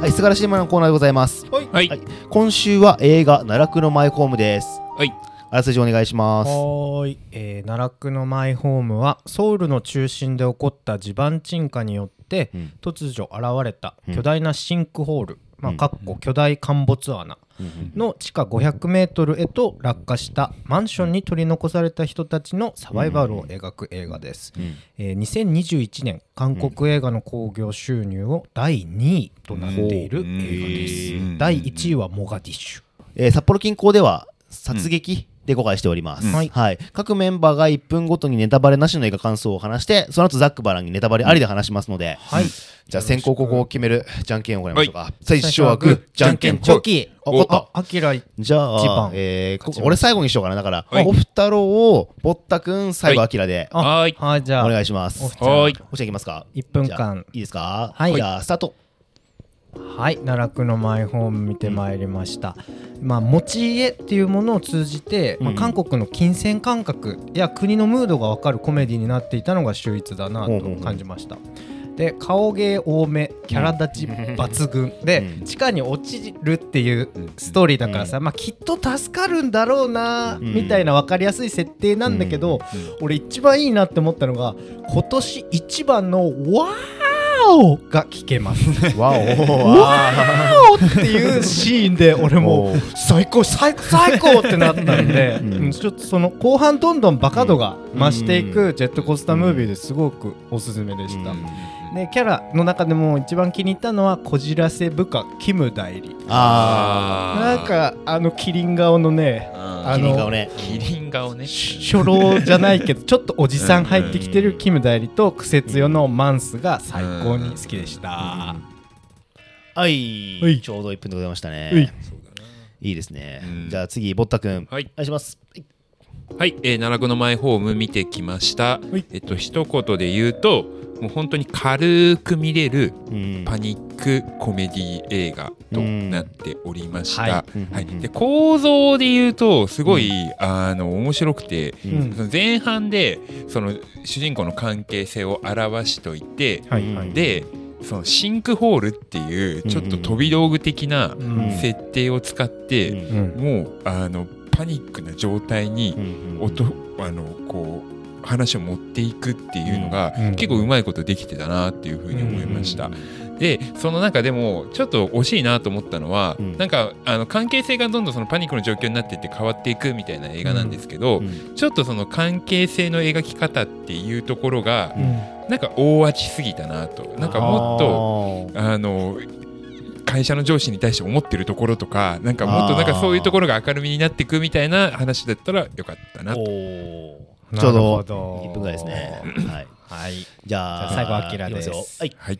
はい、すがらしいまのコーナーでございます。はいはい今週は映画奈落のマイホームです。はい。あらすじお願いします。はーい、えー奈落のマイホームはソウルの中心で起こった地盤沈下によって、うん突如現れた巨大なシンクホール、まあ、うんかっこ巨大陥没穴の地下500メートルへと落下したマンションに取り残された人たちのサバイバルを描く映画です、うんえー2021年韓国映画の興行収入を第2位となっている映画です、うん第1位はモガディッシュえー札幌近郊では殺撃で公開しております、うんはい各メンバーが1分ごとにネタバレなしの映画感想を話してその後ザックバランにネタバレありで話しますので、はいじゃあ先行後攻を決めるじゃんけんを行いましょうか、最初はグーじゃんけんチぽョいキあ勝ったあアキラじゃ一あ番、えーこ勝ちます俺最後にしようかなだから、はいおふたろうをぼったくん最後はいあきらで、あはーいはいじゃあお願いしますおふたおろはーいしゃいきますか1分じゃあ間いいですかはいじゃあスタートはい奈落のマイホーム見てまいりました、まあ持ち家っていうものを通じて、まうあ、ん韓国の金銭感覚や国のムードが分かるコメディになっていたのが秀逸だなほうほうほとう感じましたで顔芸多めキャラ立ち抜群で、うん地下に落ちるっていうストーリーだからさ、まあ、きっと助かるんだろうなうんみたいな分かりやすい設定なんだけど、俺一番いいなって思ったのが今年一番の「ワーオ!」が聞けます わおわーおっていうシーンで俺もおー最高最高最高ってなったんで、 うんうんちょっとその後半どんどんバカ度が増していくジェットコースタームービーですごくおすすめでした、でキャラの中でも一番気に入ったのはこじらせ部下キム代理あなんかあのキリン顔のねーあキのリン顔ねキリン顔ね初老じゃないけどちょっとおじさん入ってきてるキム代理とクセ強のマンスが最高に好きでした、はい、はいちょうど1分でございましたね。ういいいですね。うんじゃあ次、ぼったくん。はいお願いします。はいはい、えー、奈落のマイホーム見てきました、いえっと一言で言うともう本当に軽く見れるうんパニックコメディ映画となっておりました、うんはいうんうんで構造で言うとすごい、あの面白くて、ううんんその前半でその主人公の関係性を表しといて、はいはいでそのシンクホールっていうちょっと飛び道具的なうん設定を使って、うんうんもうあのパニックな状態にうん音、あのこう話を持っていくっていうのが、うん結構うまいことできてたなっていうふうに思いました。うんでその中でもちょっと惜しいなと思ったのは、うんなんかあの関係性がどんどんそのパニックの状況になっていって変わっていくみたいな映画なんですけど、うんちょっとその関係性の描き方っていうところが、うんなんか大味すぎたなとなんかもっとと、あの会社の上司に対して思ってるところとかなんかもっとあなーんかそういうところが明るみになっていくみたいな話だったらよかったなおとーちょうど1 1分ぐらいですね。はい。はい。じゃあ、じゃあ最後アキラですいきまよはい。はい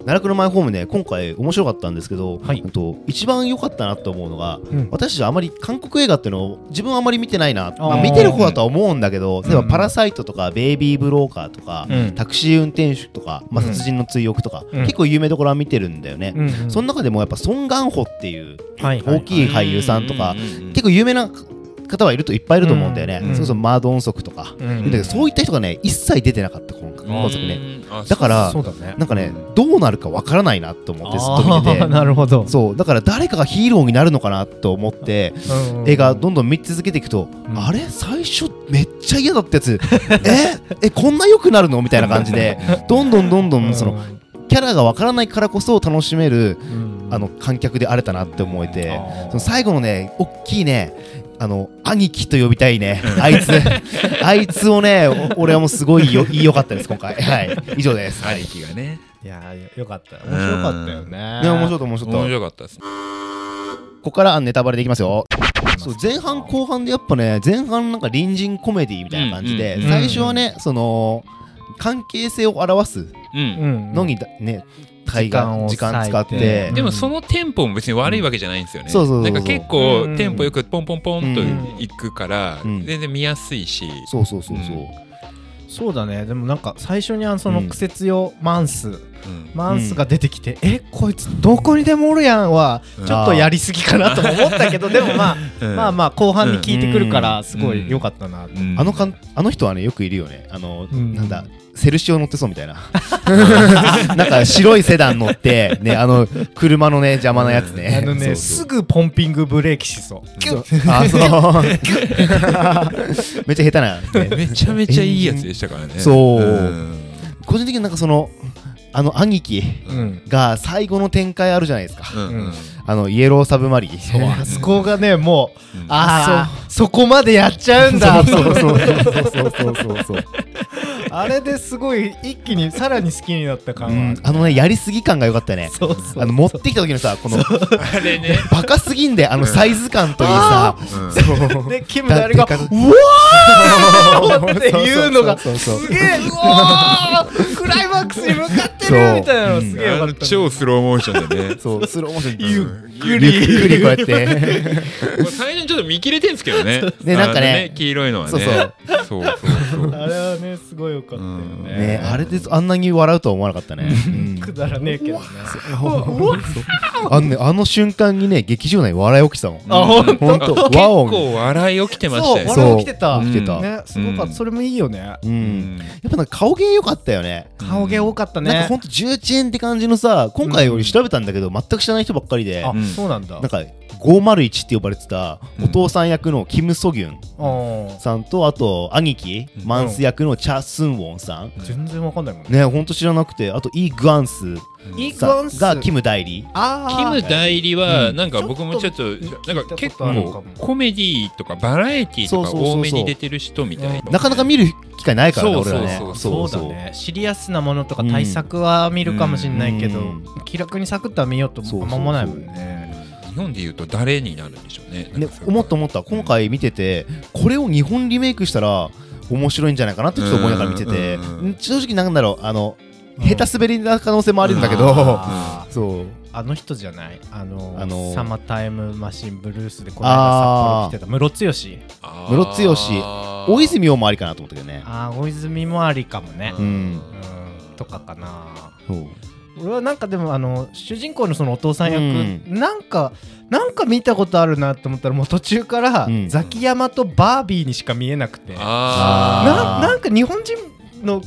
奈落のマイホームね、今回面白かったんですけど、はいうんと一番良かったなと思うのが、うん私たちあまり韓国映画っていうのを自分はあまり見てないな、まああー見てる方だとは思うんだけど、例えば「うんパラサイト」とか「ベイビー・ブローカー」とか、うんタクシー運転手」とか、まあ、うん殺人の追憶とか、うん結構有名どころは見てるんだよね。うんその中でもやっぱソン・ガンホっていうはい大きい俳優さんとか、ううんうん結構有名な方はいるといっぱいいると思うんだよね、うんそれこそマードンソクとか、うんだけどそういった人がね一切出てなかった今回今作ねうんあだからそうだね。なんかねどうなるかわからないなと思ってずっと見てあてーなるほど。そうだから誰かがヒーローになるのかなと思ってうんうん映画どんどん見続けていくと、うんあれ最初めっちゃ嫌だったやつええこんな良くなるのみたいな感じ でどんどんどんどんその、キャラがわからないからこそ楽しめるうんあの、観客であれたなって思えて、あーその最後のね、大きいね、あの兄貴と呼びたいね、あいつ、 あいつをね、お俺はもうすごいよ、いいよかったです、今回。はい、以上です。 はい、兄貴がねいやーよよかった。面白かったよね。ね、面白かかった、面白かった。こ面白かったですねこからネタバレでいきますよ。そう前半後半でやっぱね前半なんか隣人コメディみたいな感じで、うんうんうん最初はねその関係性を表すうんのにだね大概時時間を間割いて使ってでもそのテンポも別に悪いわけじゃないんですよね。そうそうそうそうなんか結構うんテンポよくポンポンポンとうんいくからうん全然見やすいし、そうそうそうそううんそうだね。でもなんか最初にあのそのクセ強マンスマンスが出てきて、えこいつどこにでもおるやんはうんちょっとやりすぎかなとも思っ たけどでもまあうんまあまあ後半に効いてくるかうらすごい良かったなうんあのかんあの人はねよくいるよねあの、うんなんだセルシオ乗ってそうみたいな なんか白いセダン乗ってねあの車のね邪魔なやつねあのねすぐポンピングブレーキしそうキュッあそう めっちゃ下手な、ね、めちゃめちゃいいやつでしたからねそうん個人的になんかそのあの兄貴うんが最後の展開あるじゃないですかうんうんあのイエローサブマリンあそこがねもううんああそこまでやっちゃうん だ そうそうそうそうそうそうそう、あれですごい一気にさらに好きになったう感んは、あのねやりすぎ感が良かったねそうそうあの持ってきた時のさこのあれねバカすぎんであのサイズ感といいさうんそうでキムダリが「うだっわてー!」っていうのがそうそうそうそうすげえうわークライマックスに向かってるみたいなのすげえよかあっのたね超スローモーションでねそうスローモーションゆっゆっくりこうや って もう最初にちょっと見切れてんですけどねねなんかねあの黄色いのはねそうそうそうそうそうあれはねすごいよかったようんねねあれであんなに笑うとは思わなかったねうんくだらねえけどねあのねあの瞬間にね劇場内笑い起きてたもん あほんとほんと和音結構笑い起きてましたよねそう笑い起きてたそう起きてたねすごかっうんたそれもいいよねううんんやっぱなんか顔芸良かったよね顔芸多かったなんかねほんと重鎮って感じのさ今回より調べたんだけど全く知らない人ばっかりであうんそうなんなだんか501って呼ばれてたお父さん役のキム・ソギュンあさんとあと兄貴うんマンス役のチャ・スンウォンさんあ全然わかんないもんねねほんと知らなくてあとイ・グアンスイークさワんンスがキム代理あキム代理はうんなんか僕もちょっととなんか聞いた結ことある構かもコメディとかバラエティとかそうそうそうそう多めに出てる人みたいななかなか見る機会ないからねそう俺そうらねそうそうだねシリアスなものとか対策は見るかもしれないけど、うん気楽にサクッとは見ようとそうそうもそうあんま思わないもんね日本で言うと誰になるんでしょうねね思った思った今回見ててこれを日本リメイクしたら面白いんじゃないかなってちょっと思いながら見ててうんん正直なんだろうあのうん下手滑りな可能性もあるんだけどあ そうーあの人じゃないあのあのーサマータイムマシンブルースでこの間札幌来てたムロツヨシムロツヨシ大大泉洋もありかなと思ったけどねあー大泉もありかもねう、んうん、とかかなそう俺はなんかでもあの主人公のそのお父さん役、うなんかなんか見たことあるなって思ったらもう途中から、うんザキヤマとバービーにしか見えなくてなあーなんか日本人の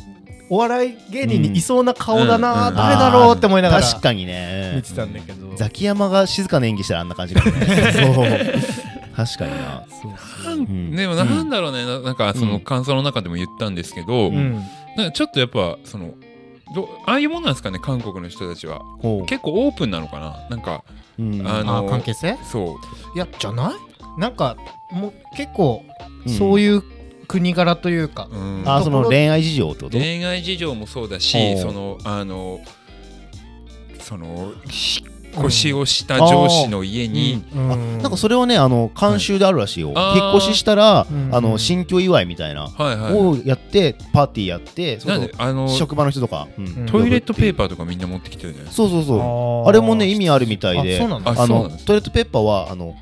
お笑い芸人にいそうな顔だな、うん誰だろうって思いながら確かに見ねてたんだけど、ザキヤマが静かな演技したらあんな感じだねそう確かにななうんんでもなんだろうねななんかそうのん感想の中でも言ったんですけどうん、なんかちょっとやっぱそのどああいうもんなんですかね韓国の人たちはほう結構オープンなのかななんかうんあのあー関係性そいやじゃないなんかもう結構そういいう国柄というかう、、うん、あーその恋愛事情ってこと恋愛事情もそうだおしうそのあのその引っ越しをした上司の家に、うんなんかそれはねあの監修であるらしいよ、はいあー引っ越ししたら、うんあの新居祝いみたいな、はいはをやってパーティーやっていそなれんこであのそ職場の人とか、んトイレットペーーパーとかみんな持ってきてるじゃないですそうそうそうああれもね意味味あるみたいであそうなんだああそうなんのですトイレットペーパーはあの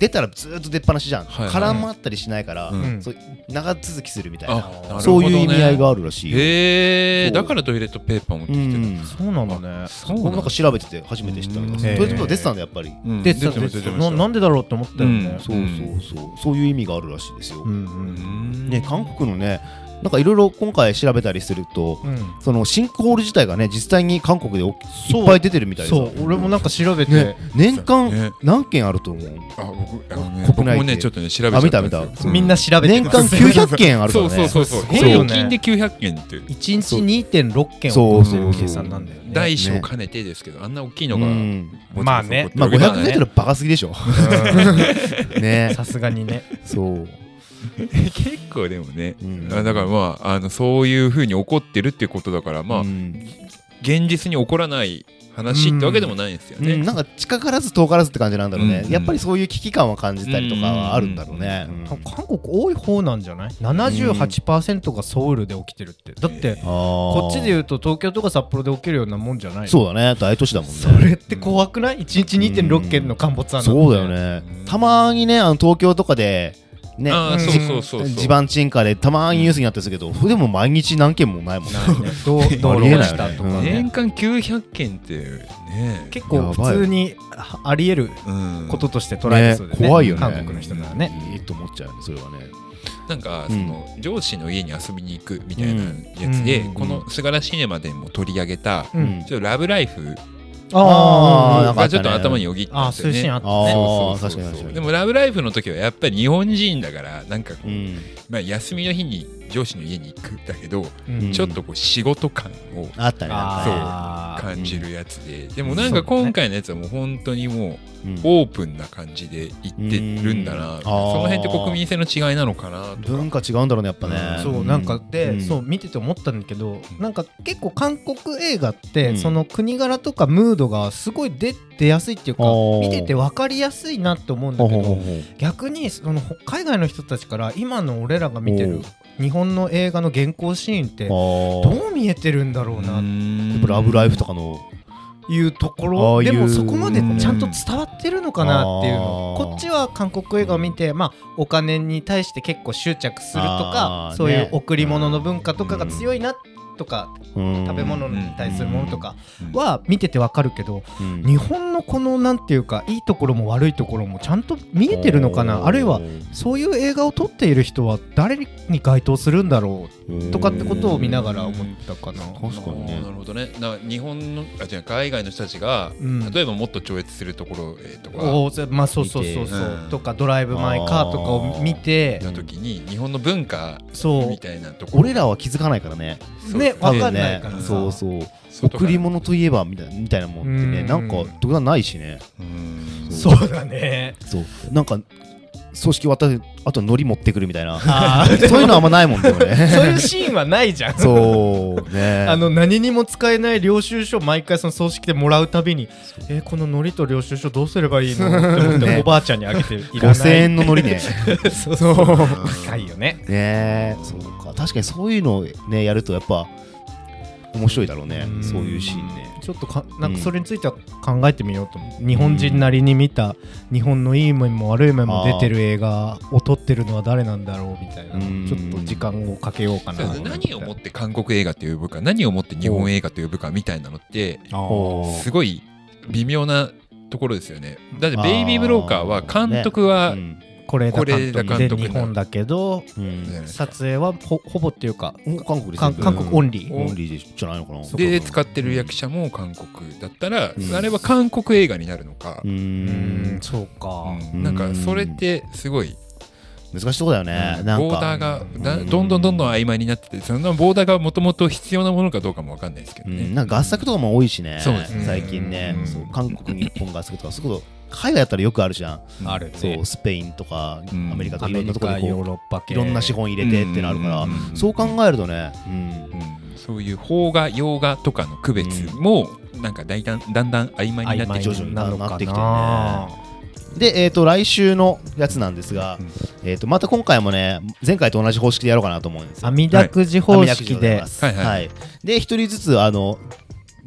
出たらずーっと出っ放しじゃん、はいはい絡まったりしないから、うんうんそう長続きするみたいかなあなるほどねそういう意味合いがあるらしいよ、へそえうだからトイレットペーパー持ってうきてる、んそうなんだねそう僕もななんんか調べてて初めて知ったけどうんトイレットペーパー出てたんだやっぱり、うんで出でてました出てまなしたなんでだろうって思ったよね、そうそうそうそういう意味があるらしいですよ、んううんんね韓国のねなんかいろいろ今回調べたりすると、うんそのシンクホール自体がね実際に韓国でおそういっぱい出てるみたいですそよう俺もなんか調べて、ね年ね間何件あると思うあ僕あの国内ねで僕もねちょっとね調べちゃあったん見ですたよ見たうんみんな調べて年 る間900件あるかそらうそうねそうそうすごいよ平ね均で900件っていう1日2.6件そをう起こせる計算なんだよね。大小兼ねてですけどあんな大きいのうがんまあねまあ起こってる 500m バカすぎでしょ ねさすがにね。そう結構でもねうんあだからまああのそういうふうに起こってるっていうことだからまあうん現実に起こらない話ってわけでもないんですようんねなんか近からず遠からずって感じなんだろうねうんやっぱりそういう危機感は感じたりとかはあるんだろうねうん韓国多い方なんじゃない ?78% がソウルで起きてるって。だってあーこっちで言うと東京とか札幌で起きるようなもんじゃないそうだね大都市だもんねそれって怖くない ?1 日2.6件の陥没案なんてそうだよねたまにねあの東京とかでねああそうそうそうそう地盤沈下でたまーにニュースになってるけど、でも毎日何件もないもんね道 道あ路りえないよね落ちたとか年ね間900件ってね結構普通にあありえるうんこととして捉えてそうでねね怖いよね韓国の人ならねいいと思っちゃうねそれはねなんかうそんの上司の家に遊びに行くみたいなやつで、うんこの「すがらシネマ」でも取り上げたううんんちょっとラブライフあーなんかがちょっと頭によぎったあんあですそうよいうシーンねあ。ったあーねそうそうそ確かうに確かにでも「ラブライフ!」の時はやっぱり日本人だからなんかこう、うんまあ、休みの日に上司の家に行くだけど、うんちょっとこう仕事感をあったねなんかねあー感じるやつで、でもなんか今回のやつはもう本当にもうんうオープンな感じで行ってるんだな、うんその辺って国民性の違いなのかなと文化違うんだろうねやっぱねうんそうなんかで、うんそう見てて思ったんだけどなんか結構韓国映画って、うんその国柄とかムードがすごい出出やすいっていうかあー見てて分かりやすいなって思うんほうだけほうほうどほう逆にその海外の人たちから今の俺らが見ておるう日本の映画の現行シーンってどあーう見えてるんだろうなっやっぱラブライフとかのいうとこあろあいうでもそこまでちゃんと伝わってるのかなっていうのうんこっちは韓国映画を見て、まあ、お金に対して結構執着するとあか、あそういうね贈り物の文化とかが強いなとか、食食べ物に対するものとかうんは見ててわかるけど、日本のこのなんていうかいいところも悪いところもちゃんと見えてるのかなあるいはそういう映画を撮っている人は誰に該当するんだろうとかってことを見ながら思ったかな。確かにあーなねるほどね。だから日本のあ違う海外の人たちが、うん例えばもっと超越するところへとかおーまあそうそうそうそう、うんとかドライブ・マイ・カーとかを見て行った時に日本の文化そみたいなところ俺らは気づかないからねそうねわかんないねからさそうそう外か贈らり物といえばみたいなみたいなもんってうねんなんか特段ないしねうんそうそうだねそうなんか葬式渡るあと海苔持ってくるみたいなあ ーそういうのあんまないもんねでもそうい俺うシーンはないじゃんそうねあの何にも使えない領収書毎回その葬式でもらうたびにえーこの海苔と領収書どうすればいいのって思ってねおばあちゃんにあげていら5000ない円の海苔ね そう高いよねねそうか確かにそういうのをねやるとやっぱ面白いだろうねんそういうシーンねちょっとかなんかそれについては考えてみようと思う、日本人なりに見た日本のいい面も悪い面も出てる映画を撮ってるのは誰なんだろうみたいなうんちょっと時間をかけようかそうなですね何をもって韓国映画と呼ぶか何をもって日本映画と呼ぶかみたいなのっておーすごい微妙なところですよね。だって「ベイビー・ブローカー」は監督はうんこれだ監督是枝監で督日本だけどうんね撮影はほほぼっていうか韓国で韓韓国オンリーオンリーでしょじゃないのかなで使ってる役者も韓国だったら、うんあれは韓国映画になるのかう、ーうんんそうかうんなんかそれってすごい難しいとこだよねなんかボーダーがだうんどんどんどんどん曖昧になっててそのボーダーがもともと必要なものかどうかもわかんないですけどうね、んなんか合作とかも多いしねそうですね最近ねうんそう韓国日本合作とかそういうこと海外やったらよくあるじゃんうんあるねそうスペインとかうんアメリカとアかいろメんなリところカでヨこーロッパう系いろんな資本入れてってなるからうんそう考えるとねうんうんそういう邦画洋画とかの区別もなんかだいだんだんだん曖昧になってき徐て々になのかななってきてるで、えー、と来週のやつなんですが、うんえー、とまた今回もね前回と同じ方式でやろうかなと思うんですよ。あみだくじ方式網で田くじはいではいはいで一人ずつあの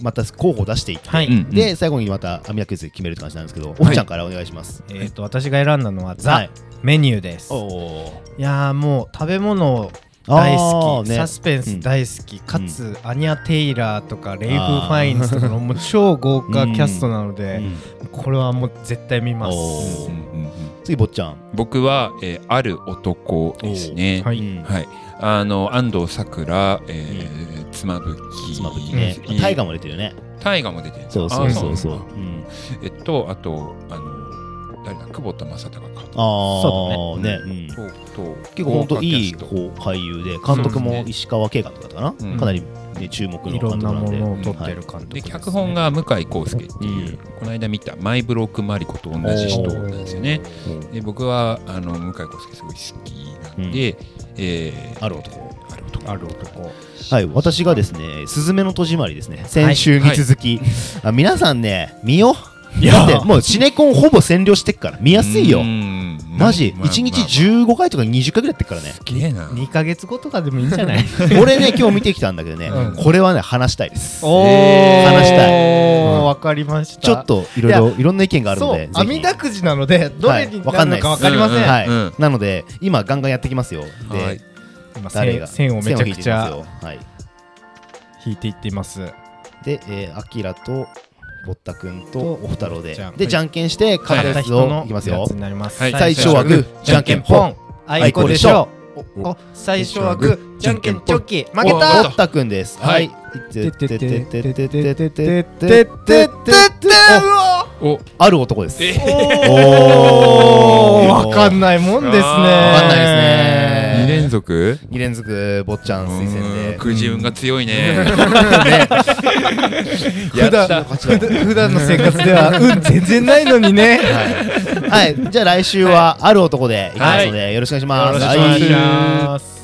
また候補を出していって、はい、うんで最後にまた網田くじで決めるって感じなんですけど、おっちゃんからお願いします。えー、と私が選んだのはザ、はいメニューですおおいやーもう食べ物大好き、ねサスペンス大好き、かつ、アニア・テイラーとかレイブ・ファインズとかのもう超豪華キャストなのうで、んこれはもう絶対見まおすーうんうんうん次坊っちゃん。僕は、えーある男ですねはうい、んはい、あの安藤サクラ、えー妻夫木妻夫木ねえー大河も出てるよね。大河も出てるんですそようそうそうそう。あうなんんだえっとあとあの誰だ久保田正孝かあそあねうんとと結構本当いい豪華キャスこトう俳優で監督そうですもね石川慶監督だったかうな。んかなりね注目のい監ろ督んななんもで。のを撮ってる監督でですね脚本が向井康介っていう、この間見た「マイ・ブローク・マリコ」と同じ人なんですよね。で僕はあの向井康介すごい好きなんで、えーある男。ある男ある男はい、私がですね、すずめの戸締まりですね、先週に続き、あ皆さんね、見よ、いだってもうシネコンほぼ占領してっから、見やすいよう、んマジ、まあ1日まあ15回とか20回ぐらいやってっ からね、すげえな。 2ヶ月後とかでもいいんじ ゃない俺ね、今日見てきたんだけどねう、んこれはね、話したいです。おえー話したいー分かりましたちょっといろいろいろんな意見があるのでそう網だくじなのでどれにわなかんなるのいかです分かりません、うんうんはいうんなので今ガンガンやってきますよで、はい今誰が線線をめちゃくちゃ線を引いていきますよはい引いていっていまで、すえー、アキラとぼったくんとおふたろうでじゃんで、はいじゃんけんして勝はっいたたやつ人をのいきますやよつになります、はい最初はグーじゃんけんぽんあいこでしょおお最初はグーじゃんけんチョキ負けぼたったくんですははいいてててててててててててててててててててててててててててうわおある男ですえおおーわかんないもんですねあーわかんないですね二連続2連続坊ちゃん推薦うーんでくじ運が強いね普段普段普段の生活では運全然ないのにねはい、はい、じゃあ来週はある男でいきますので、よろしくお願いします。よろしくお願いしますお願いします